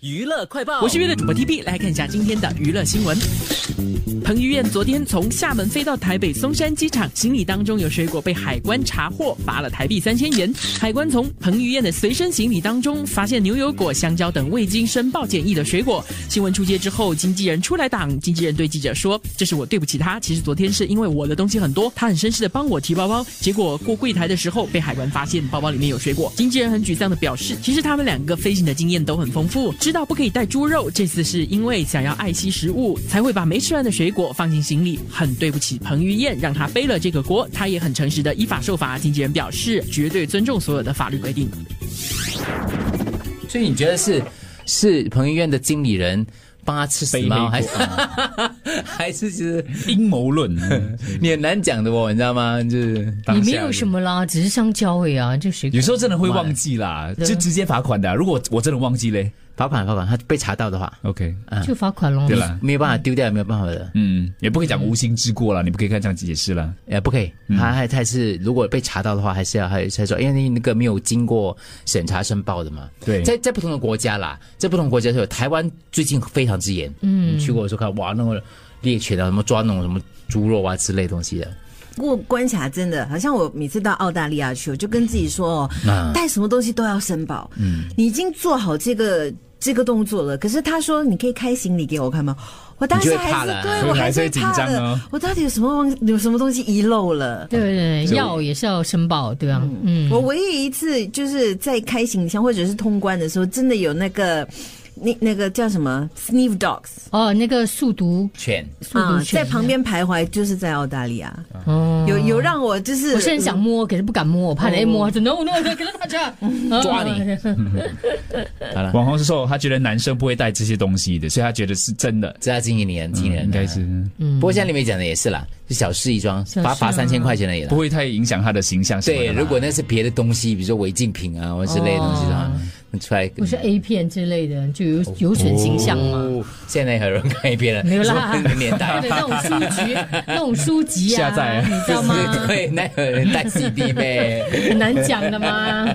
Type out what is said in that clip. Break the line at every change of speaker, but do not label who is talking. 娱乐快报，
我是娱乐主播 T B，来看一下今天的娱乐新闻。彭于晏昨天从厦门飞到台北松山机场，行李当中有水果被海关查获，罚了台币三千元。海关从彭于晏的随身行李当中发现牛油果、香蕉等未经申报检疫的水果。新闻出街之后，经纪人出来挡，经纪人对记者说：“这是我对不起他，其实昨天是因为我的东西很多，他很绅士的帮我提包包，结果过柜台的时候被海关发现包包里面有水果。”经纪人很沮丧的表示：“其实他们两个飞行的经验都很丰富，知道不可以带猪肉，这次是因为想要爱惜食物，才会把没吃完的水果放进行李。很对不起彭于晏，让他背了这个锅，他也很诚实的依法受罚。经纪人表示，绝对尊重所有的法律规定。
所以你觉得是是彭于晏的经理人帮他吃死猫，还
背
是还是 其实
阴谋论，
你很难讲的哦，你知道吗？就是
也没有什么啦，只是香蕉而已啊，这水果
有时候真的会忘记啦，
对
就直接罚款的啊。如果我真的忘记嘞
罚款罚款，他被查到的话，
，OK，
就罚款咯。
对啦，
没有办法丢掉，也没有办法的，
嗯，也不可以讲无心之过啦，你不可以看这样解释啦。
呃也不可以。
嗯
他还他还是如果被查到的话，还是要还才说，因为那个没有经过审查申报的嘛。
对
在在不同的国家啦，在不同国家都有。台湾最近非常之严，嗯，去过的时候看，哇，那个猎犬啊，什么抓那种什么猪肉啊之类的东西的，
不过关卡真的，好像我每次到澳大利亚去，我就跟自己说哦，带什么东西都要申报。嗯，你已经做好这个这个动作了，可是他说你可以开行李给我看吗？我当
你
时
就会怕
还是
了
对
所以
我
你还是
是
会
会
紧
怕
张
的
哦
我到底有什么忘有什么东西遗漏了？
对对对，药也是要申报，对啊，嗯，
我唯一一次就是在开行李箱或者是通关的时候，真的有那个那那个叫什么 sniff dogs
哦，那个速读
犬。
速
啊
读，犬
在旁，边徘徊，就是在澳大利亚，
哦
有有让我就是
我是很想摸，可是不敢摸，我怕人家摸就 no no no，给他打架，
哦嗯抓你
啊
网红是说他觉得男生不会带这些东西的，所以他觉得是真的，嗯
这要经营年，经营人
应该是
不过像里面讲的也是啦，就小事一桩，
嗯小事啊
罚罚三千块钱而已啦
不。会太影响他的形象什么的
对，
啦。
如果那是别的东西，比如说违禁品啊或者之类的东西的话，那出来
哦不是 A 片之类的，就有有损形象嘛。
哦现在还有人看一遍了，
没有啦
说那个年代
对那种书局，那种书籍
下
啊，
载
你 知道吗？
对，那有人带 CD 呗。
很难讲的嘛。